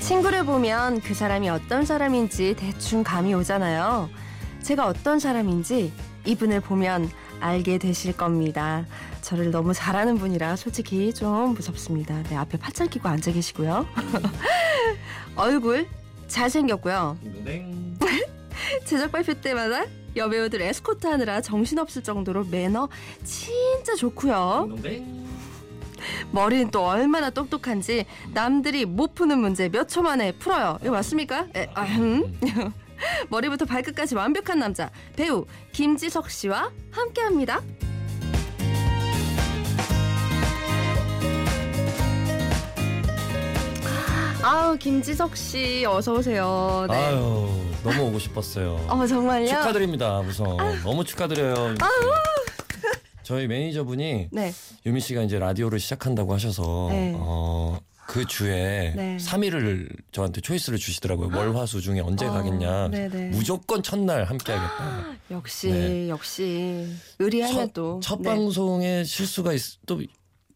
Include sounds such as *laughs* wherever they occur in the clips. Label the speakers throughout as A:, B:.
A: 친구를 보면 그 사람이 어떤 사람인지 대충 감이 오잖아요. 제가 어떤 사람인지 이분을 보면 알게 되실 겁니다. 저를 너무 잘하는 분이라 솔직히 좀 무섭습니다. 네, 앞에 파찰 끼고 앉아 계시고요. *laughs* 얼굴 잘생겼고요.
B: 딩동댕.
A: 제작 발표 때마다 여배우들 에스코트 하느라 정신없을 정도로 매너 진짜 좋고요.
B: 딩동댕.
A: 머리는 또 얼마나 똑똑한지 남들이 못 푸는 문제 몇 초 만에 풀어요. 이거 맞습니까? 에,
B: 음.
A: 아흠. 머리부터 발끝까지 완벽한 남자 배우 김지석 씨와 함께합니다. 아우 김지석 씨 어서 오세요. 네.
B: 아유 너무 오고 싶었어요.
A: 어 정말요? 아.
B: 축하드립니다 우선 너무 축하드려요. 유미 씨. 저희 매니저분이
A: 네.
B: 유미 씨가 이제 라디오를 시작한다고 하셔서
A: 네.
B: 어, 그 주에
A: 네.
B: 3일을 저한테 초이스를 주시더라고요. 월화수 중에 언제
A: 어,
B: 가겠냐.
A: 네네.
B: 무조건 첫날 함께하겠다.
A: 역시
B: 네.
A: 역시 의리하면
B: 첫,
A: 또
B: 첫
A: 네.
B: 방송에 실수가 있, 또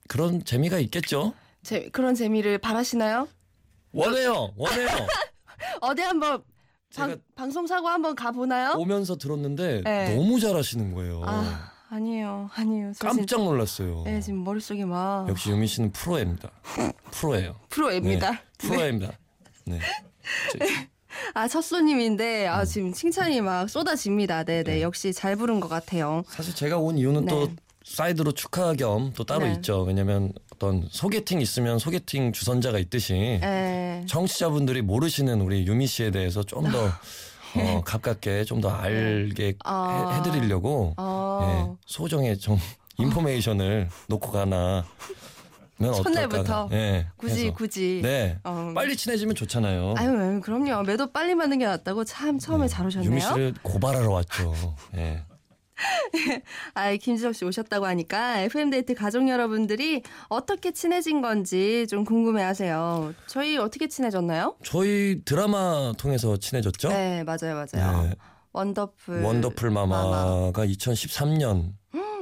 B: 그런 재미가 있겠죠.
A: 재- 그런 재미를 바라시나요?
B: 원해요, 원해요.
A: 어디 한번 방,
B: 제가
A: 방송 사고 한번 가보나요?
B: 오면서 들었는데
A: 어? 네.
B: 너무 잘하시는 거예요.
A: 아 아니에요 아니에요 저 지금-
B: 깜짝 놀랐어요.
A: 네, 지금 머릿속에 막
B: 역시 유미 씨는 프로입니다. 프로예요.
A: 프로입니다
B: 프로입니다. 네.
A: 아첫 손님인데 아 지금 칭찬이 막 쏟아집니다 네네
B: 음. 네.
A: 역시 잘 부른 것 같아요
B: 사실 제가 온 이유는
A: 네.
B: 또 사이드로 축하 겸 또 따로
A: 네.
B: 있죠. 왜냐면 어떤 소개팅 있으면 소개팅 주선자가 있듯이
A: 네. 에
B: 청취자분들이 모르시는 우리 유미 씨에 대해서 좀
A: *laughs*
B: 더 어, 가깝게 좀 더 알게
A: 아.
B: 해, 드리려고 예,
A: 어.
B: 네. 소정의 좀 인포메이션을
A: *laughs*
B: 놓고 가나면 어떨까.
A: 첫날부터?
B: 예,
A: 굳이
B: 해서.
A: 굳이
B: 네.
A: 어.
B: 빨리 친해지면 좋잖아요.
A: 아유, 아유, 그럼요 매도 빨리 맞는 게 낫다고 참 처음에 잘 오셨네요
B: 유미 씨를 고발하러 왔죠. 예.
A: 아, 김지석 씨 오셨다고 하니까 FM 데이트 가족 여러분들이 어떻게 친해진 건지 좀 궁금해하세요. 저희 어떻게 친해졌나요?
B: 저희 드라마 통해서 친해졌죠?
A: 네, 맞아요, 맞아요.
B: 네.
A: 원더풀.
B: 원더풀
A: 마마.
B: 마마가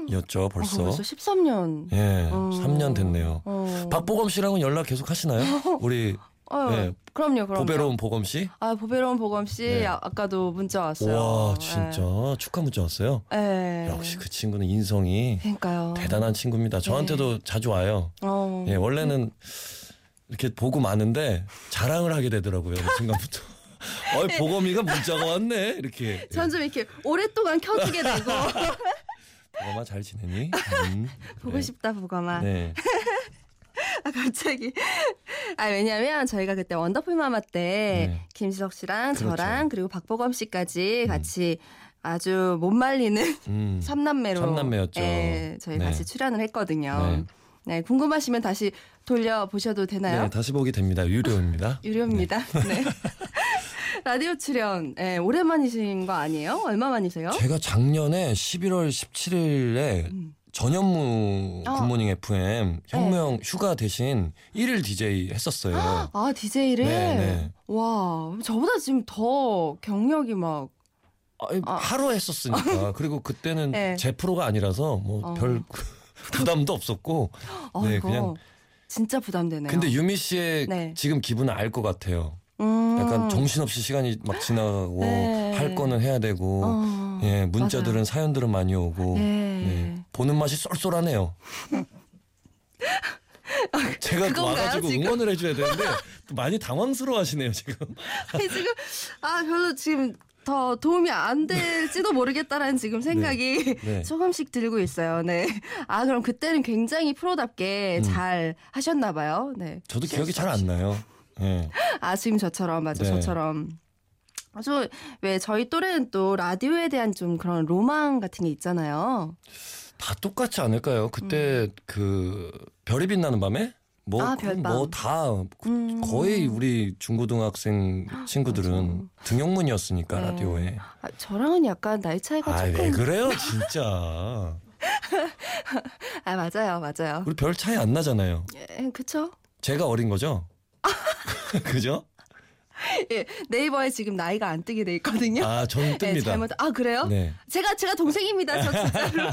B: 2013년이었죠, 벌써.
A: 어, 벌써 13년.
B: 예,
A: 어.
B: 3년 됐네요.
A: 어.
B: 박보검 씨랑은 연락
A: *laughs*
B: 계속 하시나요? 우리
A: 어,
B: 네.
A: 그럼요, 그럼요.
B: 보배로운 보검 씨?
A: 아, 보배로운 보검 씨
B: 네.
A: 아, 까도 문자 왔어요.
B: 와, 진짜 축하 문자 왔어요.
A: 네. 어.
B: 역시 그 친구는 인성이
A: 그러니까요.
B: 대단한 친구입니다.
A: 네.
B: 저한테도 자주 와요.
A: 어.
B: 예, 원래는 이렇게 보고 마는데 자랑을 하게 되더라고요. 어느 순간부터. *laughs* 어이, 보검이가 문자가 왔네. 이렇게.
A: 전 좀 이렇게 오랫동안 켜두게
B: *laughs*
A: 되고
B: 네. 보검아 잘 지내니? 음,
A: 보고
B: 그래.
A: 싶다 보검아.
B: 네.
A: 아, 갑자기. 아, 왜냐면 저희가 그때 원더풀 마마 때
B: 네.
A: 김지석 씨랑
B: 그렇죠.
A: 저랑 그리고 박보검 씨까지 같이 아주 못 말리는
B: 음.
A: *laughs* 삼남매로
B: 삼남매였죠.
A: 예, 저희
B: 네.
A: 같이 출연을 했거든요.
B: 네.
A: 네. 궁금하시면 다시 돌려보셔도 되나요?
B: 네, 다시 보기 됩니다. 유료입니다.
A: 유료입니다. 네. *laughs* 라디오 출연 예, 오랜만이신 거 아니에요? 얼마만이세요?
B: 제가 작년에 11월 17일에
A: 음.
B: 전현무
A: 어.
B: 굿모닝 FM 혁명 휴가 대신 1일 DJ 했었어요.
A: 네. 아, DJ를?
B: 네, 네.
A: 와, 저보다 지금 더 경력이 막
B: 아니,
A: 아.
B: 하루 했었으니까. 그리고 그때는
A: 네.
B: 제 프로가 아니라서 뭐
A: 어.
B: 별 *laughs* 부담도 없었고.
A: 어,
B: 네,
A: 이거
B: 그냥-
A: 진짜 부담되네요.
B: 근데 유미 씨의
A: 네.
B: 지금 기분을 알 것 같아요.
A: 음.
B: 약간 정신없이 시간이 막 지나가고
A: 네.
B: 할 거는 해야 되고.
A: 어,
B: 예, 문자들은
A: 맞아요.
B: 사연들은 많이 오고.
A: 네.
B: 네. 보는 맛이
A: *laughs*
B: 쏠쏠하네요. 제가 또
A: 그건가요,
B: 와가지고
A: 지금?
B: 응원을 해줘야 되는데 또 많이 당황스러워하시네요 지금.
A: 아니, 지금 아 별로 지금 더 도움이 안 될지도 모르겠다라는 지금 생각이
B: 네.
A: 조금씩 들고 있어요. 네. 아 그럼 그때는 굉장히 프로답게
B: 음.
A: 잘 하셨나 봐요. 네.
B: 저도 기억이 잘 안 나요. 예.
A: 아 지금 저처럼 맞아
B: 네.
A: 저처럼. 아주 왜 저희 또래는 또 라디오에 대한 좀 그런 로망 같은 게 있잖아요.
B: 다 똑같지 않을까요? 그때 그 별이 빛나는 밤에
A: 음.
B: 뭐,
A: 아, 별밤.
B: 뭐뭐다
A: 음.
B: 거의 우리
A: *gasps*
B: 중고등학생 친구들은 등용문이었으니까
A: 네.
B: 라디오에.
A: 아, 저랑은 약간 나이 차이가
B: 아
A: 조금
B: 왜
A: *laughs*
B: 그래요 진짜.
A: 아 맞아요 맞아요.
B: 우리 별 차이 안 나잖아요.
A: 예, 그쵸?
B: 제가 어린 거죠? *laughs* 그죠?
A: 예, 네이버에 지금 나이가 안 뜨게 돼 있거든요.
B: 아 저는
A: 예,
B: 뜹니다.
A: 잘못 아 그래요?
B: 네.
A: 제가 제가
B: *laughs*
A: 동생입니다. 저 진짜로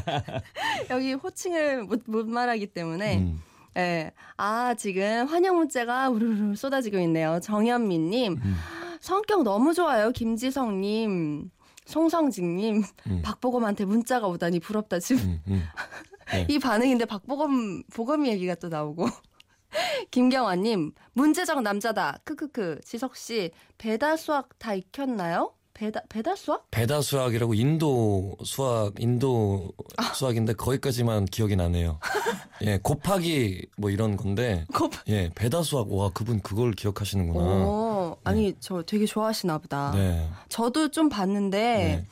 A: 여기 호칭을 못, 못 말하기 때문에
B: 음.
A: 예. 아, 지금 환영 문자가 우르르 쏟아지고 있네요. 정현미님.
B: 음.
A: 성격 너무 좋아요. 김지성님. 송성직님.
B: 음.
A: 박보검한테 문자가 오다니 부럽다. 지금
B: 음, 음.
A: 이 반응인데 박보검, 보검이 얘기가 또 나오고. *laughs* 김경화님. 문제적 남자다. 크크크. 지석씨. 배달 수학 다 익혔나요? 배달, 배달 *laughs* 수학?
B: 배다 수학이라고 인도 수학 인도
A: 아.
B: 수학인데 거기까지만 기억이
A: *laughs*
B: 나네요. 예 곱하기 뭐 이런 건데
A: 곱.
B: 예 배다 수학 와 그분 그걸 기억하시는구나.
A: 오, 어, 아니, 저 되게 좋아하시나 보다.
B: 네.
A: 저도 좀 봤는데,
B: 네.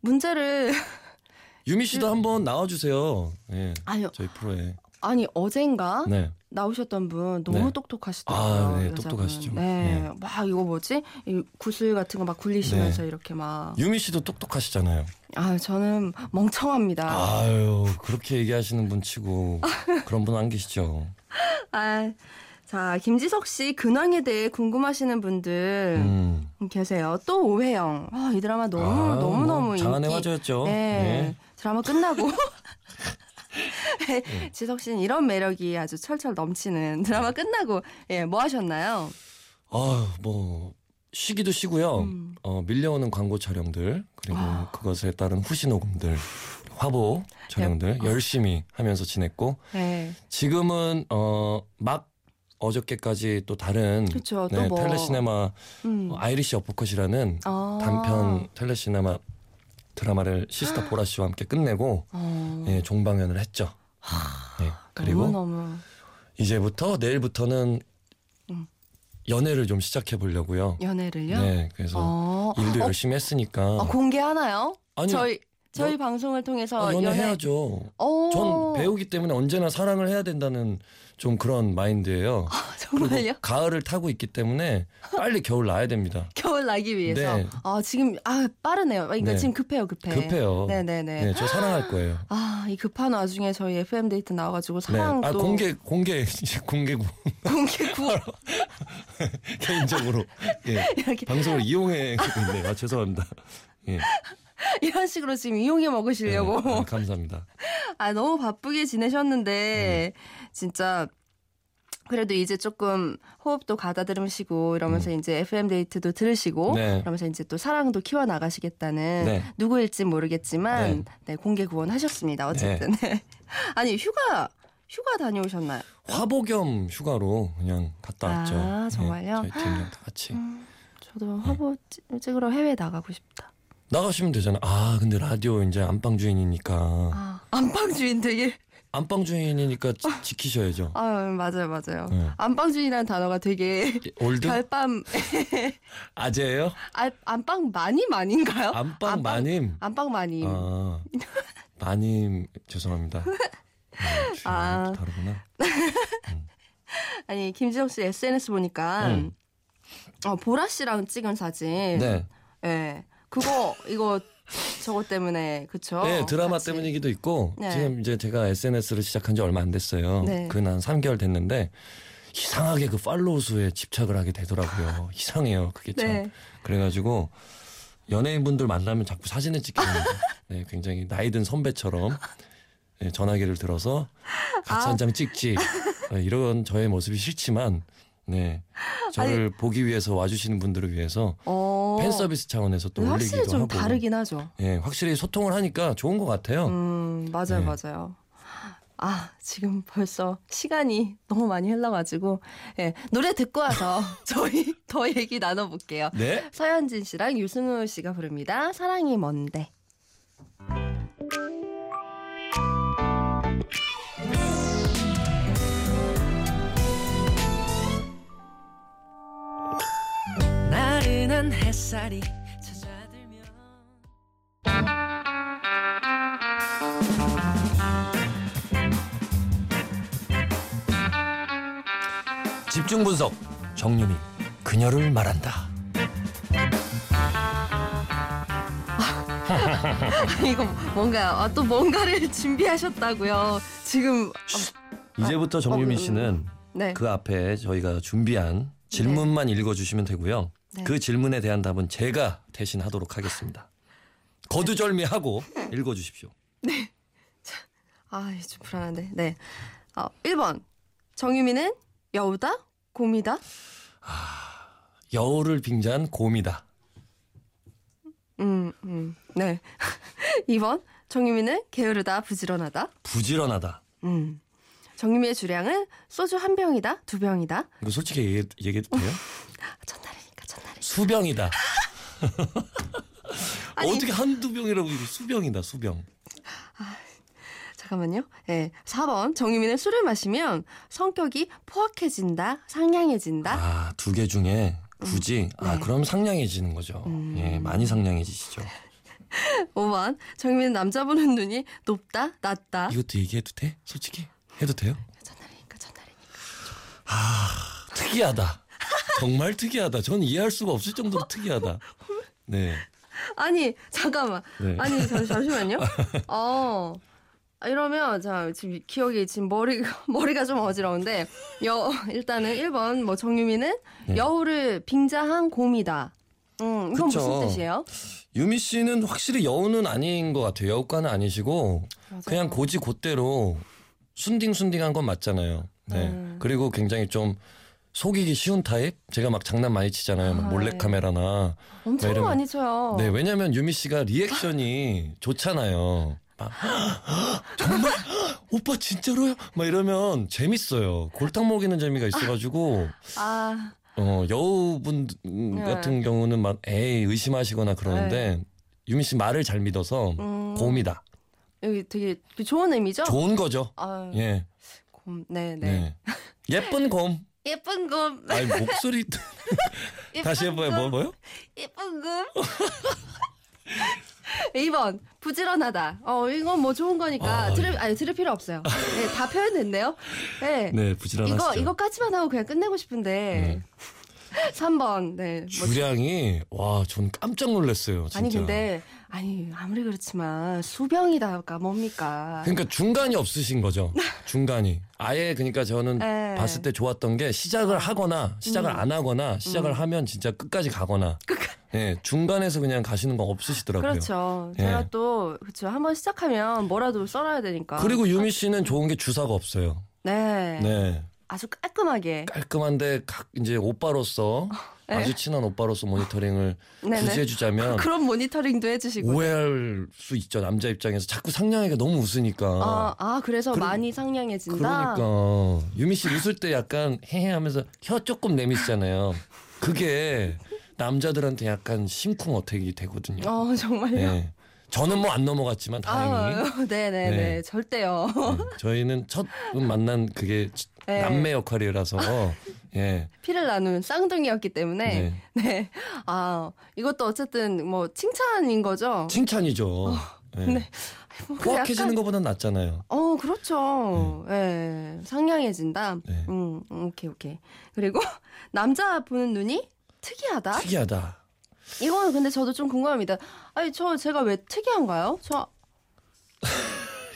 A: 문제를, *laughs*
B: 유미
A: 음.
B: 씨도 한번 나와주세요. 예
A: 아니,
B: 저희 프로에.
A: 아니 어젠가
B: 네.
A: 나오셨던 분 너무
B: 네.
A: 똑똑하시더라고요.
B: 아, 네,
A: 여자분.
B: 똑똑하시죠.
A: 네,
B: 네.
A: 막 이거 뭐지? 이 구슬 같은 거 막 굴리시면서 이렇게 막.
B: 유미 씨도 똑똑하시잖아요.
A: 아, 저는 멍청합니다. 아,
B: 아유 그렇게 얘기하시는 분 치고 그런 분 안 계시죠.
A: 아, 자 김지석 씨 근황에 대해 궁금하시는 분들
B: 음.
A: 계세요. 또 오해영. 아, 이 드라마 네. 너무
B: 아유,
A: 너무
B: 뭐
A: 너무
B: 장안의
A: 인기.
B: 화제였죠.
A: 네,
B: 네.
A: 드라마
B: *laughs*
A: 끝나고. 네, 지석 씨는 이런 매력이 아주 철철 넘치는 드라마
B: 네.
A: 끝나고 예, 뭐 하셨나요?
B: 아유 뭐 쉬기도 쉬고요.
A: 음.
B: 어, 밀려오는 광고 촬영들 그리고
A: 아.
B: 그것에 따른 후시 녹음들, 화보 촬영들 열심히 하면서 지냈고
A: 네.
B: 음. 지금은 어, 막 어저께까지 또 다른
A: 그쵸, 또
B: 네,
A: 뭐.
B: 텔레시네마
A: 음.
B: 어, 아이리시 어퍼컷이라는
A: 아.
B: 단편 텔레시네마 드라마를 시스타 보라 씨와 함께 끝내고
A: 어.
B: 예, 종방연을 했죠. 예, 그리고
A: 너무너무
B: 이제부터 내일부터는
A: 음.
B: 연애를 좀 시작해 보려고요.
A: 연애를요.
B: 네, 그래서
A: 어.
B: 일도
A: 어,
B: 열심히 했으니까.
A: 아, 공개하나요?
B: 아니,
A: 저희 저희
B: 연-
A: 방송을 통해서
B: 아,
A: 연애.
B: 연애해야죠.
A: 어.
B: 전 배우기 때문에 언제나 사랑을 해야 된다는 좀 그런 마인드예요.
A: 아, *laughs*
B: 그리고
A: 정말요?
B: 가을을 타고 있기 때문에 빨리 겨울 나야 됩니다.
A: 겨울 나기 위해서.
B: 네.
A: 아 지금 아 빠르네요. 그러니까
B: 네.
A: 지금 급해요, 급해.
B: 급해요. 네,
A: 네네네.
B: 저 사랑할 거예요.
A: 아, 이 급한 와중에 저희 FM 데이트 나와가지고
B: 네.
A: 사랑
B: 아
A: 또
B: 공개 공개 *laughs* 이제 공개고
A: 공개
B: *laughs*
A: 구 *laughs*
B: 개인적으로 예.
A: 이렇게
B: 방송을 이용해 네, 아,
A: *laughs*
B: 죄송합니다. 예.
A: 이런 식으로 지금 이용해
B: 네,
A: 먹으시려고.
B: 아, 감사합니다.
A: 아 너무 바쁘게 지내셨는데
B: 네.
A: 진짜 그래도 이제 조금 호흡도 가다듬으시고 이러면서 이제 FM 데이트도 들으시고
B: 음. 네.
A: 그러면서 이제 또 사랑도 키워 나가시겠다는
B: 네.
A: 누구일지 모르겠지만 네, 공개
B: 네.
A: 구원하셨습니다. 어쨌든 네. *laughs* 아니 휴가 휴가 다녀오셨나요?
B: 화보 겸 휴가로 그냥 갔다
A: 아,
B: 왔죠. 예,
A: 정말요? 음.
B: 저희 팀이랑 다 같이
A: 저도 화보 찍으러 해외 나가고 싶다.
B: 나가시면 되잖아. 아 근데 라디오 이제 안방 주인이니까
A: 아, 안방 주인 되게
B: 안방 주인이니까 지, 지키셔야죠.
A: 아 맞아요 맞아요.
B: 네.
A: 안방 주인이라는 단어가 되게
B: 예, 올드
A: 별밤
B: 아재예요?
A: 아, 안방 마님 아닌가요?
B: 안방, 마님.
A: 안방 마님.
B: 아 마님 죄송합니다.
A: *laughs* 아.
B: 아 다르구나.
A: 아니 김지영 씨 SNS 보니까
B: 음.
A: 어, 보라 씨랑 찍은 사진. 예.
B: 네,
A: 그거 이거 저거 때문에 그쵸?
B: 네 드라마
A: 어, 같이.
B: 때문이기도 있고
A: 네.
B: 지금 이제 제가 SNS를 시작한 지 얼마 안 됐어요.
A: 네.
B: 그난 3개월 됐는데 이상하게 그 팔로우 수에 집착을
A: *laughs*
B: 하게 되더라고요. 이상해요 그게 참.
A: 네.
B: 그래가지고 연예인분들 만나면 자꾸 사진을 찍게 됩니다. 네, 굉장히 나이든 선배처럼 네, 전화기를 들어서 같이
A: 아.
B: 한
A: *laughs*
B: 장 찍지 네, 이런 저의 모습이 싫지만 네 저를 보기 위해서 와주시는 분들을 위해서
A: 어.
B: 팬 서비스 차원에서 또
A: 네,
B: 올리기도
A: 확실히 좀
B: 하고
A: 다르긴 하죠.
B: 네, 확실히 소통을 하니까 좋은 것 같아요.
A: 음 맞아요
B: 네.
A: 맞아요. 아 지금 벌써 시간이 너무 많이 흘러가지고 예 노래 듣고 와서 *laughs* 저희 더 얘기 나눠볼게요.
B: 네.
A: 서현진 씨랑 유승우 씨가 부릅니다. 사랑이 뭔데.
C: 나른한 햇살이 찾아들면
B: 집중 분석 정유미 그녀를 말한다.
A: 아, 이거 뭔가 아, 또 뭔가를 *laughs* 준비하셨다고요. 지금
B: 이제부터 정유미
A: 어, 음.
B: 씨는
A: 네.
B: 그 앞에 저희가 준비한 질문만 읽어주시면 되고요.
A: 네.
B: 그 질문에 대한 답은 제가 대신 하도록 하겠습니다. 거두절미하고 읽어주십시오.
A: 아, 이거 좀 불안한데. 네. 어, 1번. 정유미는 여우다? 곰이다?
B: 여우를 빙자한 곰이다.
A: 음, 음. 네. *laughs* 2번. 정유미는 게으르다, 부지런하다.
B: 부지런하다.
A: 음. 정유미의 주량은 소주 한 병이다, 두 병이다. 아,
B: 이거 솔직히 얘기,
A: *laughs*
B: 얘기해도 돼요?
A: 첫날이니까 첫날이.
B: 수병이다.
A: 아니.
B: *laughs* 어떻게 한두 병이라고 이거 수병이다 수병.
A: 잠깐만요. 예. 4번. 정유미는 술을 마시면 성격이 포악해진다, 상냥해진다.
B: 아 두 개 중에 굳이 아
A: 네. 음.
B: 그럼 상냥해지는 거죠. 예 많이 상냥해지시죠.
A: 5번. 정유미는 남자 보는 눈이 높다, 낮다.
B: 이것도 얘기해도 돼? 솔직히 해도 돼요?
A: 첫날이니까 첫날이니까.
B: 특이하다. 정말 특이하다. 전 이해할 수가 없을 정도로 특이하다. 네.
A: 아니, 잠깐만.
B: 네.
A: 아니
B: *laughs*
A: 잠, 잠시만요. 어 아, 이러면 자 지금 기억이 지금 머리가 *laughs* 머리가 좀 어지러운데 여 일단은 1번 뭐 정유미는
B: 네.
A: 여우를 빙자한 곰이다. 음 이건
B: 그쵸.
A: 무슨 뜻이에요?
B: 유미 씨는 확실히 여우는 아닌 것 같아요. 여우과는 아니시고 그냥 고지 곧대로 순딩순딩한 건 맞잖아요. 네.
A: 음.
B: 그리고 굉장히 좀 속이기 쉬운 타입. 제가 막 장난 많이 치잖아요. 막
A: 아, 예.
B: 몰래 카메라나.
A: 엄청
B: 이러면-
A: 많이 쳐요.
B: 네, 왜냐면 유미 씨가
A: *laughs*
B: 리액션이 좋잖아요. 막 *gasps* 정말 *gasps* 오빠 진짜로요? 막 이러면 재밌어요. 골탕 먹이는 재미가
A: *laughs*
B: 있어가지고
A: 아
B: 어, 여우분
A: 네.
B: 같은 경우는 막 에이 의심하시거나 그러는데 유미 씨 말을 잘 믿어서
A: 음.
B: 곰이다.
A: 여기 되게 좋은 의미죠?
B: 좋은 거죠.
A: 아,
B: 예.
A: 곰. 네, 네.
B: 네. 예쁜 곰.
A: 예쁜 곰. *laughs*
B: 아니 목소리
A: 예쁜
B: *laughs* 다시 해봐요. 뭐
A: 곰.
B: 뭐요?
A: 예쁜 *laughs* 곰. 2번 부지런하다. 어 이건 뭐 좋은 거니까
B: 아,
A: 들을
B: 예.
A: 아니 들을 필요 없어요. 네, 다 표현됐네요. 네.
B: 네,
A: 이거
B: 부지런하시죠.
A: 이거까지만 하고 그냥 끝내고 싶은데. 3번. 네. 뭐,
B: 주량이 와, 전 깜짝 놀랐어요. 진짜.
A: 아니 근데 아니 아무리 그렇지만 수병이다가 그러니까 뭡니까?
B: 그러니까 중간이 없으신 거죠. 중간이. 아예 그러니까 저는
A: 아. 네. 음.
B: 봤을 때 좋았던 게 시작을 하거나 시작을 안 하거나 시작을 하면 진짜 끝까지 가거나. 예, 중간에서 그냥 가시는 거 없으시더라고요.
A: 그렇죠.
B: 예.
A: 제가 또 그렇죠. 한번 시작하면 뭐라도 썰어야 되니까.
B: 그리고 유미 씨는 좋은 게 주사가 없어요.
A: 아, 네.
B: 네.
A: 아주 깔끔하게.
B: 깔끔한데 각 이제 오빠로서
A: 네.
B: 아주 친한 오빠로서 모니터링을
A: 네네. 아,
B: 굳이 해주자면
A: 그런 모니터링도 해주시고.
B: 오해할 수 있죠 남자 입장에서 자꾸 상냥하게 너무
A: 아,
B: 웃으니까
A: 아 그래서
B: 그러-
A: 많이 상냥해진다.
B: 그러니까 유미 씨 웃을 때 약간 헤헤하면서 혀 조금 내미시잖아요 그게 남자들한테 약간 심쿵 어택이 되거든요
A: 어 *laughs* 정말요.
B: 네. 저는 뭐 안 넘어갔지만 다행히
A: 아유, 네네네,
B: 네.
A: 절대요. *laughs*
B: 네. 저희는 첫 만난 그게
A: 네.
B: 남매 역할이라서 예
A: 피를 나눈 쌍둥이였기 때문에
B: 네.
A: *laughs* 네. 아 이것도 어쨌든 뭐 칭찬인 거죠.
B: 칭찬이죠 예.
A: 네. 뭔가
B: 포악해지는
A: *laughs* 약간-
B: 것보단 낫잖아요.
A: 어 그렇죠. 예, 상냥해진다.
B: 네.
A: 음, 음, 오케이 오케이. 그리고 *laughs* 남자 보는 눈이 특이하다.
B: 특이하다.
A: 이거는 근데 저도 좀 궁금합니다. 아니 저 제가 왜 특이한가요?
B: *laughs*
A: 저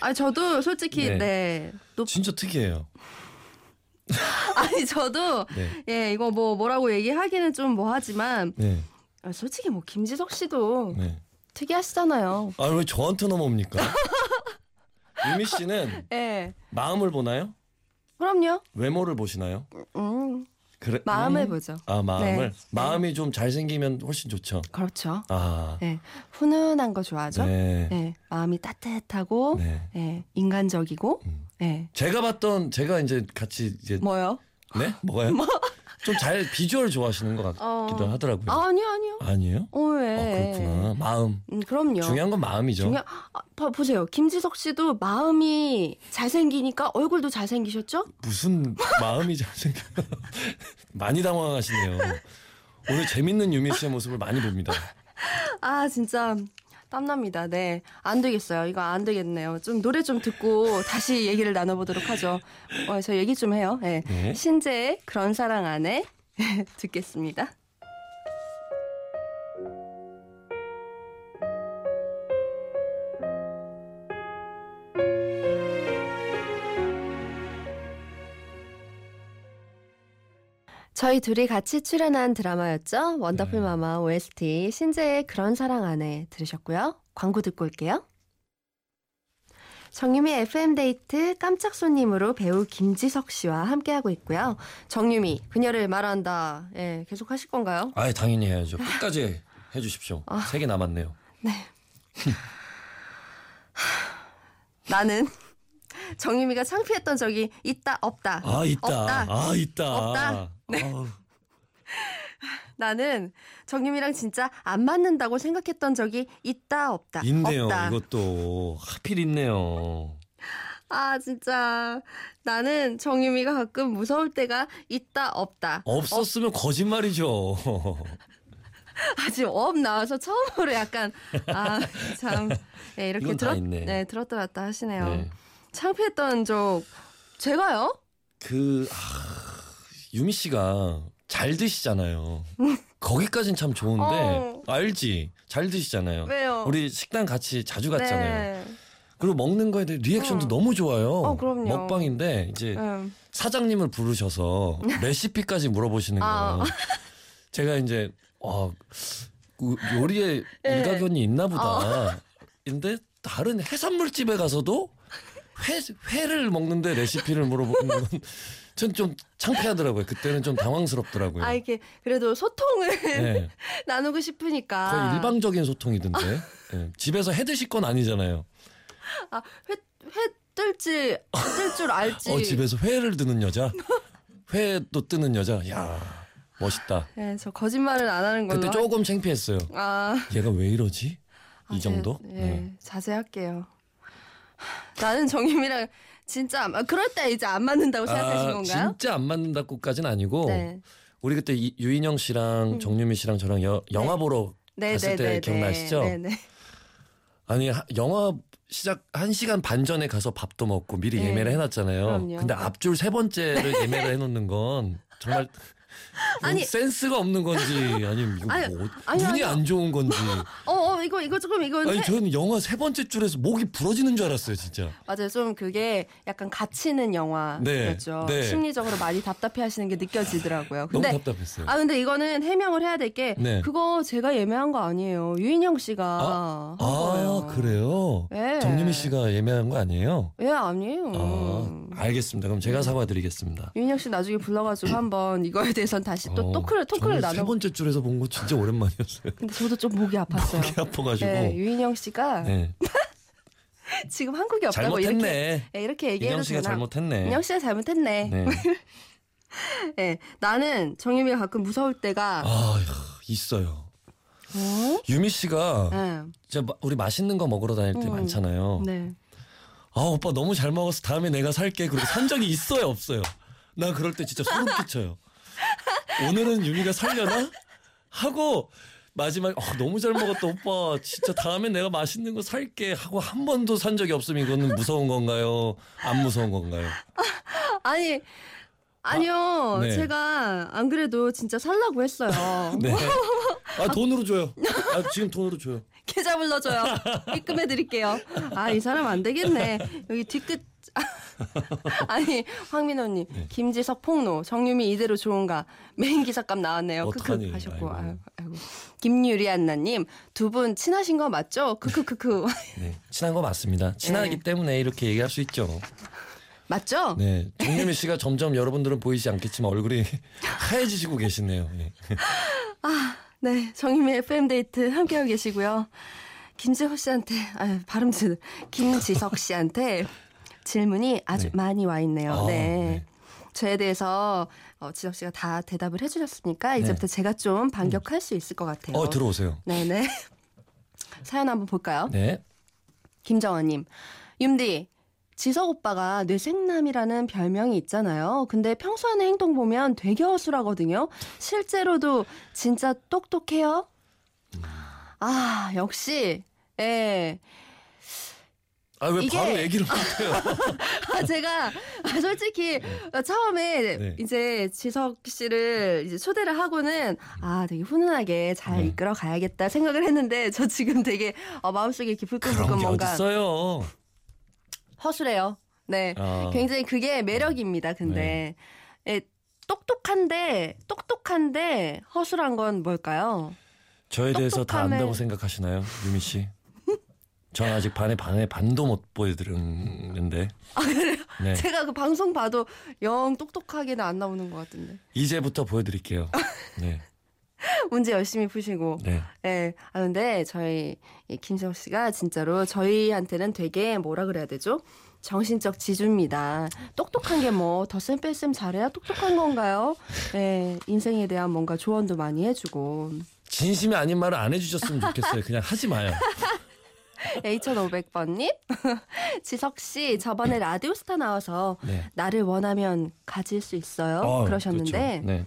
A: 아니 저도 솔직히
B: 네.
A: 네. 높...
B: 진짜 특이해요.
A: *laughs* 아니 저도
B: 네.
A: 예 이거 뭐 뭐라고 얘기하기는 좀 뭐하지만
B: 네.
A: 아, 솔직히 뭐 김지석 씨도
B: 네.
A: 특이하시잖아요.
B: 아, 왜 저한테 넘어옵니까? 유미 씨는
A: 예.
B: 마음을 보나요?
A: 그럼요.
B: 외모를 보시나요?
A: 음.
B: 그래.
A: 마음을
B: 음.
A: 보죠.
B: 아, 마음을.
A: 네.
B: 마음이 좀 잘생기면 훨씬 좋죠.
A: 그렇죠.
B: 아.
A: 예. 훈훈한 거 좋아하죠.
B: 네.
A: 예. 마음이 따뜻하고
B: 네.
A: 예. 인간적이고
B: 음.
A: 예.
B: 제가 봤던 제가 이제 같이 이제
A: 뭐요?
B: 네? 뭐가요? 좀 잘 비주얼 좋아하시는 것
A: 어.
B: 같기도 하더라고요.
A: 아, 아니요, 아니요.
B: 니에요
A: 어, 예.
B: 아, 그렇구나. 마음.
A: 음, 그럼요.
B: 중요한 건 마음이죠.
A: 중요- 아, 봐- 보세요. 김지석 씨도 마음이 잘생기니까 얼굴도 잘생기셨죠?
B: 무슨 마음이 잘생겨 *laughs* 많이 당황하시네요. 오늘 재밌는 유미 씨의 모습을 많이 봅니다.
A: 아, 진짜 땀납니다. 네. 안 되겠어요. 이거 안 되겠네요. 좀 노래 좀 듣고 다시 얘기를 나눠보도록 하죠. 어, 저 얘기 좀 해요. 예.
B: 네.
A: 신재의 그런 사랑 안에 *laughs* 듣겠습니다. 저희 둘이 같이 출연한 드라마였죠. 원더풀
B: 네.
A: 마마 OST 신재의 그런 사랑 안에 들으셨고요. 광고 듣고 올게요. 정유미 FM데이트 깜짝 손님으로 배우 김지석 씨와 함께하고 있고요. 정유미, 그녀를 말한다. 예, 계속 하실 건가요?
B: 아예 당연히 해야죠. 끝까지 해주십시오.
A: 아.
B: 세 개 남았네요.
A: 나는 *laughs* 정유미가 창피했던 적이 있다, 없다.
B: 아 있다.
A: 없다.
B: 아 있다.
A: 없다. 네.
B: 아우,
A: 나는 정유미랑 진짜 안 맞는다고 생각했던 적이 있다, 없다.
B: 있네요.
A: 없다.
B: 이것도 하필 있네요.
A: 아, 진짜. 나는 정유미가 가끔 무서울 때가 있다, 없다.
B: 없었으면 거짓말이죠.
A: 아, 지금 업 나와서 처음으로 약간, 아, *laughs* 참. 예, 이렇게
B: 이건 다
A: 들었,
B: 있네.
A: 네, 들었다 놨다 하시네요.
B: 네.
A: 창피했던 적, 제가요?
B: 그 아, 유미 씨가 잘 드시잖아요. 거기까진 참 좋은데
A: 어.
B: 알지? 잘 드시잖아요.
A: 왜요?
B: 우리 식당 같이 자주 갔잖아요.
A: 네.
B: 그리고 먹는 거에 대해 리액션도
A: 어.
B: 너무 좋아요.
A: 어, 그럼요.
B: 먹방인데 이제
A: 음. *laughs*
B: 사장님을 부르셔서 레시피까지 물어보시는 거예요.
A: 아.
B: 제가 이제 아, 그 요리에
A: 예.
B: 일가견이 있나 보다. 근데 다른 해산물집에 가서도 회, 회를 먹는데 레시피를 물어보는 건 *laughs* 전 좀 창피하더라고요. 그때는 좀 당황스럽더라고요.
A: 아, 이렇게, 그래도 소통을
B: 예.
A: *laughs* 나누고 싶으니까.
B: 거의 일방적인 소통이던데. 예. 집에서 해 드실 건 아니잖아요.
A: 아, 회, 회 뜰지, 안 뜰 줄 알지.
B: *laughs* 어, 집에서 회를 드는 여자. 회도 뜨는 여자. 야, 멋있다.
A: 네, 저 거짓말은 안 하는 걸로.
B: 그때 조금 창피했어요.
A: 아,
B: 얘가 왜 이러지?
A: 아,
B: 이 정도?
A: 제, 네,
B: 네.
A: 자제할게요. 나는 정임이랑 진짜 안, 아, 그럴 때 이제 안 맞는다고 뭐 생각하신
B: 아, 어,
A: 건가요?
B: 진짜 안 맞는다고까지는 아니고
A: 네. 음.
B: 우리 그때 이- 유인영 씨랑 정유미 씨랑 저랑 여- 영화 보러
A: 네,
B: 갔을 때 기억나시죠?
A: 네, 네.
B: 아니 하- 영화 시작 1시간 반 전에 가서 밥도 먹고 미리
A: 네.
B: 예매를 해놨잖아요.
A: 그럼요.
B: 근데 앞줄 세 번째를
A: *laughs*
B: 예매를 해놓는 건 정말
A: 아니.
B: 센스가 없는 건지 아니면 이거
A: 아니,
B: 뭐,
A: 아니,
B: 눈이
A: 아니요.
B: 안 좋은
A: *laughs*
B: 건지
A: 어, 어, 이거 이거 조금 이건
B: 아니
A: 해-
B: 저는 영화 세 번째 줄에서 목이 부러지는 줄 알았어요 진짜.
A: 맞아요. 좀 그게 약간 갇히는 영화였죠.
B: 네, 네.
A: 심리적으로 많이 답답해하시는 게 느껴지더라고요. 근데
B: 너무 답답했어요.
A: 아 근데 이거는 해명을 해야 될 게
B: 네.
A: 그거 제가 예매한 거 아니에요. 유인영 씨가
B: 아,
A: 한 거예요.
B: 아 그래요?
A: 예.
B: 정유미 씨가 예매한 거 아니에요?
A: 예 아니에요.
B: 아,
A: 음.
B: 알겠습니다. 그럼 제가 사과드리겠습니다.
A: 유인혁 씨 나중에 불러가지고 한번 이거에 대해선 다시 또
B: 어,
A: 토크를 토크를
B: 저는 세
A: 나눠.
B: 번째 줄에서 본 거 진짜 오랜만이었어요. *laughs*
A: 근데 저도 좀 목이 아팠어요.
B: 목이 아파가지고.
A: 네,
B: 네.
A: 유인영 씨가 *laughs* 지금 한국에 없다고 이렇게
B: 잘못했네.
A: 예, 이렇게 얘기해도
B: 인영 씨가
A: 되나?
B: 잘못했네.
A: 인영 씨가 잘못했네.
B: 네.
A: 예, 나는 정유미가 가끔 무서울 때가
B: 아 휴, 있어요.
A: 어?
B: 유미 씨가
A: 예,
B: 진짜 마- 우리 맛있는 거 먹으러 다닐 때
A: 음.
B: 많잖아요.
A: 네.
B: 아 오빠 너무 잘 먹어서 다음에 내가 살게. 그리고 산 적이 있어요 없어요. 나 그럴 때 진짜 소름 끼쳐요. 오늘은 유미가 살려나 하고 마지막 어, 너무 잘 먹었다 오빠 진짜 다음에 내가 맛있는 거 살게 하고 한 번도 산 적이 없으면 이거는 무서운 건가요? 안 무서운 건가요?
A: 아니 아니요.
B: 네.
A: 제가 안 그래도 진짜 살라고 했어요.
B: *laughs* 네. 아 돈으로 줘요. 아 지금 돈으로 줘요.
A: 계좌 불러줘요. 입금해 드릴게요. 아, 이 사람 안 되겠네. 여기 뒤끝. *laughs* 아니, 황민호님,
B: 네.
A: 김지석 폭로, 정유미 이대로 좋은가. 메인 기사감 나왔네요. 크크
B: 어떡하니,
A: 하셨고.
B: 아이고.
A: 아이고. 아이고. 김유리 안나님, 두 분 친하신 거 맞죠? 크크크크. *laughs*
B: 네 친한 거 맞습니다. 친하기
A: 네.
B: 때문에 이렇게 얘기할 수 있죠.
A: 맞죠?
B: 네 정유미 씨가 점점 여러분들은 보이지 않겠지만 얼굴이 *laughs* 하얘지시고 계시네요. 예.
A: 네, 정유미 FM 데이트 함께하고 계시고요. 김지호 씨한테, 아, 발음 지 김지석 씨한테 질문이 아주
B: 네.
A: 많이 와 있네요.
B: 아,
A: 네.
B: 네.
A: 저에 대해서 어, 지석 씨가 다 대답을 해주셨으니까 이제부터 제가 좀 반격할 수 있을 것 같아요.
B: 네. 음. 어 들어오세요.
A: 네네. *laughs* 사연 한번 볼까요?
B: 네.
A: 김정원님, 윰디. 지석 오빠가 뇌생남이라는 별명이 있잖아요. 근데 평소 하는 행동 보면 되게 허술하거든요. 실제로도 진짜 똑똑해요? 아, 역시, 예.
B: 아 왜
A: 이게-
B: 바로 얘기를 못해요?
A: 아, 제가 아, 솔직히 처음에
B: 네.
A: 이제 지석 씨를 이제 초대를 하고는 아 되게 훈훈하게 잘
B: 네.
A: 이끌어 가야겠다 생각을 했는데 저 지금 되게 어, 마음속에
B: 그런
A: 기불끈불끈
B: 게
A: 뭔가
B: 어딨어요?
A: 허술해요. 네,
B: 아,
A: 굉장히 그게 매력입니다. 근데 예, 똑똑한데 똑똑한데 허술한 건 뭘까요?
B: 저에 대해서 다
A: 똑똑함에-
B: 안다고 생각하시나요, 유미 씨? 저는 아직 반에 반에 반도 못 보여드렸는데.
A: 아 그래요?
B: 네.
A: 제가 그 방송 봐도 영 똑똑하게는 안 나오는 것 같은데
B: 이제부터 보여드릴게요. 네.
A: 문제 열심히 푸시고
B: 네.
A: 예. 아 근데 저희 이 김세호 씨가 진짜로 저희한테는 되게 뭐라 그래야 되죠? 정신적 지주입니다. 똑똑한 게 뭐 덧셈 뺄셈 잘해야 똑똑한 건가요? 예. 인생에 대한 뭔가 조언도 많이 해주고
B: 진심이 아닌 말을 안 해주셨으면 좋겠어요. 그냥 하지 마요.
A: 2500번님 *laughs* 지석 씨 저번에 라디오스타 나와서
B: 네.
A: 나를 원하면 가질 수 있어요
B: 어,
A: 그러셨는데
B: 그렇죠. 네.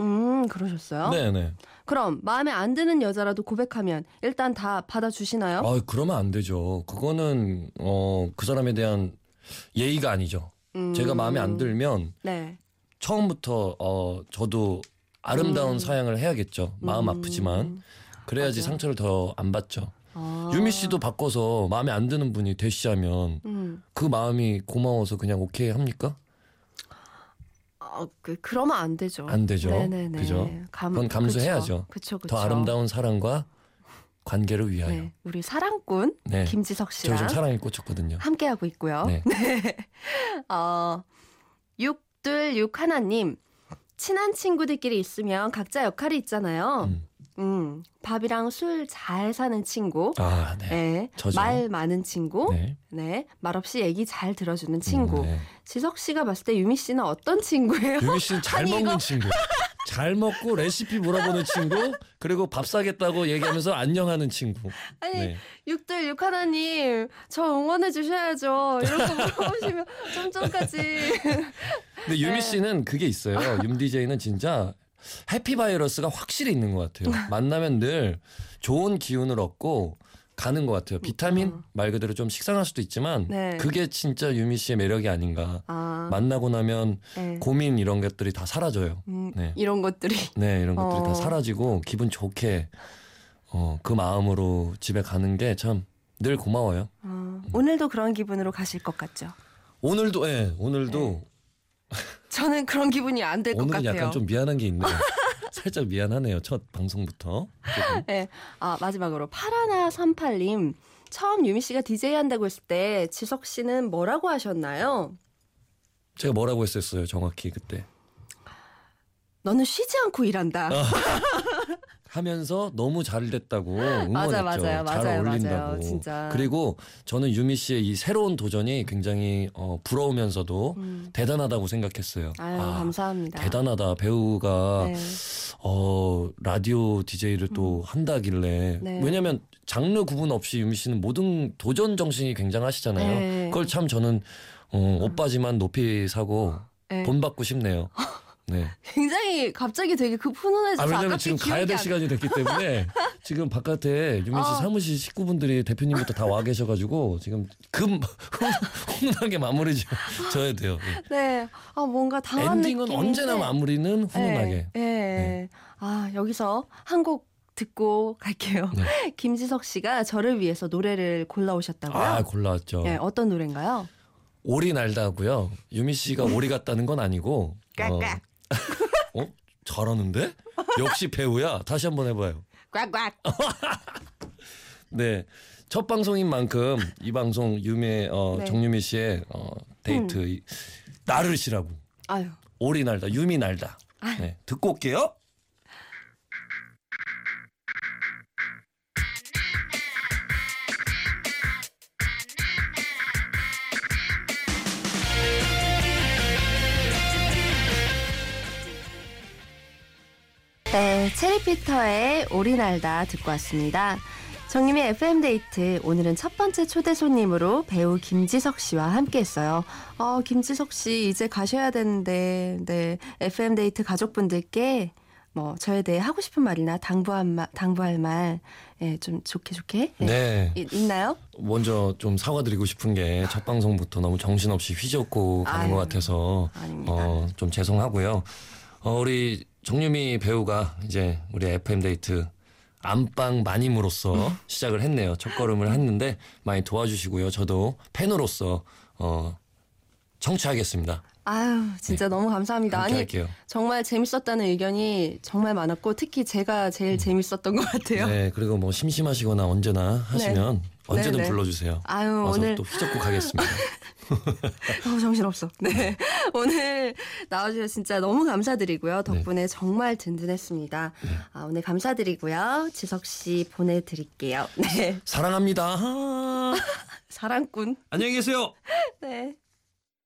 A: 음 그러셨어요?
B: 네, 네.
A: 그럼 마음에 안 드는 여자라도 고백하면 일단 다 받아주시나요?
B: 아, 그러면 안 되죠. 그거는 어, 그 사람에 대한 예의가 아니죠.
A: 음,
B: 제가 마음에 안 들면
A: 네.
B: 처음부터 어, 저도 아름다운
A: 음.
B: 사양을 해야겠죠. 마음
A: 음.
B: 아프지만 그래야지
A: 맞아요.
B: 상처를 더 안 받죠.
A: 아.
B: 유미 씨도 바꿔서 마음에 안 드는 분이 대시하면
A: 음.
B: 그 마음이 고마워서 그냥 오케이 합니까?
A: 아, 그 그러면 안 되죠.
B: 안 되죠.
A: 네네네.
B: 그죠?
A: 감,
B: 그건 감수해야죠.
A: 그쵸, 그쵸.
B: 더 아름다운 사랑과 관계를 위하여.
A: 네. 우리 사랑꾼
B: 네.
A: 김지석
B: 저
A: 씨랑
B: 요즘 사랑에 꽂혔거든요.
A: 함께 하고 있고요. *laughs*
B: 네.
A: 어, 육들 육 하나님 친한 친구들끼리 있으면 각자 역할이 있잖아요.
B: 음.
A: 음, 밥이랑 술 잘 사는 친구.
B: 아, 네.
A: 네.
B: 저죠.
A: 말 많은 친구, 네.
B: 네.
A: 말없이 얘기 잘 들어주는 친구.
B: 음, 네.
A: 지석 씨가 봤을 때 유미 씨는 어떤 친구예요? *laughs*
B: 유미 씨는 잘
A: 아니,
B: 먹는
A: 이거-
B: 친구. 잘 먹고 레시피 물어보는 친구, 그리고 밥 사겠다고 얘기하면서 안녕하는 친구.
A: 아니
B: 네.
A: 육들 육하나님 저 응원해 주셔야죠. 이런 거 *laughs* 물어보시면 좀
B: *laughs*
A: 전까지
B: 그 근데 유미
A: 네.
B: 씨는 그게 있어요. 유 DJ는 진짜 해피 바이러스가 확실히 있는 것
A: *laughs*
B: 같아요. 만나면 늘 좋은 기운을 얻고 가는 것 같아요. 비타민 말 그대로 좀 식상할 수도 있지만
A: 음. 네.
B: 그게 진짜 유미 씨의 매력이 아닌가.
A: 아,
B: 만나고 나면
A: 네.
B: 고민 이런 것들이 다 사라져요.
A: 음,
B: 네.
A: 이런 것들이
B: 네, 이런 것들이
A: 어.
B: 다 사라지고 기분 좋게 어, 그 마음으로 집에 가는 게 참 늘 고마워요.
A: 어, 오늘도 그런 기분으로 가실 것 같죠.
B: 오늘도 예,
A: 네.
B: 오늘도
A: 저는 그런 기분이 안 될 것
B: 오늘은
A: 같아요.
B: 약간 좀 미안한 게
A: *laughs*
B: 있네요. 살짝 미안하네요. 첫 방송부터. 조금.
A: 네. 아, 마지막으로 파라나 38님. 처음 유미 씨가 DJ 한다고 했을 때 지석 씨는 뭐라고 하셨나요?
B: 제가 뭐라고 했었어요, 정확히 그때.
A: 너는 쉬지 않고 일한다.
B: 아, 하면서 너무 잘 됐다고 응원했죠.
A: 맞아, 맞아요,
B: 잘
A: 맞아요,
B: 어울린다고.
A: 맞아요. 진짜.
B: 그리고 저는 유미 씨의 이 새로운 도전이 굉장히 어, 부러우면서도
A: 음.
B: 대단하다고 생각했어요.
A: 아유,
B: 아,
A: 감사합니다.
B: 대단하다 배우가
A: 네. 음.
B: 어, 라디오 DJ를 또 한다길래
A: 네.
B: 왜냐면 장르 구분 없이 유미 씨는 모든 도전 정신이 굉장하시잖아요.
A: 네. 음.
B: 그걸 참 저는 어, 오빠지만 높이 사고
A: 네.
B: 본받고 싶네요. 네.
A: 굉장히 갑자기 되게 *laughs* 그
B: 아,
A: 훈훈해져서
B: 왜냐면
A: 아깝게
B: 지금
A: 기억이
B: 가야 될
A: 안
B: 시간이 됐기
A: *laughs*
B: 때문에 지금 바깥에 유민 씨
A: 아.
B: 사무실 식구분들이 대표님부터 다 와 계셔가지고 지금 금 *laughs* 훈훈하게 마무리 지- 져야 돼요. 예.
A: 네. 아 네. 뭔가 당한
B: 엔딩은
A: 느낌인데.
B: 언제나 마무리는 훈훈하게.
A: 예. 예.
B: 네.
A: 아 여기서 한 곡 듣고 갈게요. *laughs* 김지석 씨가 저를 위해서 노래를 골라오셨다고요?
B: 네. 아 골라왔죠.
A: 예, 어떤 노래인가요?
B: 오리 날다고요. 유미 씨가 오리 같다는 건 아니고. 어,
A: 꽉꽉.
B: 어? 잘하는데? 역시 배우야. 다시 한번 해봐요.
A: 꽉꽉.
B: 네. 첫 방송인 만큼 이 방송 유미 어,
A: 네.
B: 정유미 씨의 어, 데이트 이- 나를 시라고
A: 아유.
B: 오리 날다 유미 날다. 네. 듣고 올게요.
A: 네, 체리피터의 오리날다 듣고 왔습니다. 정님의 FM 데이트 오늘은 첫 번째 초대 손님으로 배우 김지석 씨와 함께했어요. 어, 김지석 씨 이제 가셔야 되는데 네 FM 데이트 가족분들께 뭐 저에 대해 하고 싶은 말이나 당부한 마, 당부할 말, 예, 좀 좋게 좋게 예,
B: 네.
A: 있- 있나요?
B: 먼저 좀 사과드리고 싶은 게 첫 방송부터 너무 정신없이 휘젓고 가는
A: 아유,
B: 것 같아서
A: 아닙니다.
B: 어, 좀 죄송하고요. 어, 우리 정유미 배우가 이제 우리 FM 데이트 안방 마님으로서
A: 음.
B: 시작을 했네요. 첫 걸음을 했는데 많이 도와주시고요. 저도 팬으로서 어, 청취하겠습니다.
A: 아유, 진짜 너무 감사합니다.
B: 네. 함께
A: 아니,
B: 할게요.
A: 정말 재밌었다는 의견이 정말
B: 음.
A: 많았고 특히 제가 제일 재밌었던 것 같아요.
B: 네, 그리고 뭐 심심하시거나 언제나 하시면 언제든
A: 네네.
B: 불러주세요.
A: 아유
B: 와서
A: 오늘
B: 또 휘젓고
A: *laughs*
B: 가겠습니다.
A: 어, 정신없어. *laughs* 네. 오늘 나와주셔서 진짜 너무 감사드리고요. 덕분에 정말 든든했습니다. 아, 오늘 감사드리고요. 지석 씨 보내드릴게요. 네.
B: 사랑합니다. 아,
A: *laughs* 사랑꾼.
B: 안녕히 계세요.
A: 네.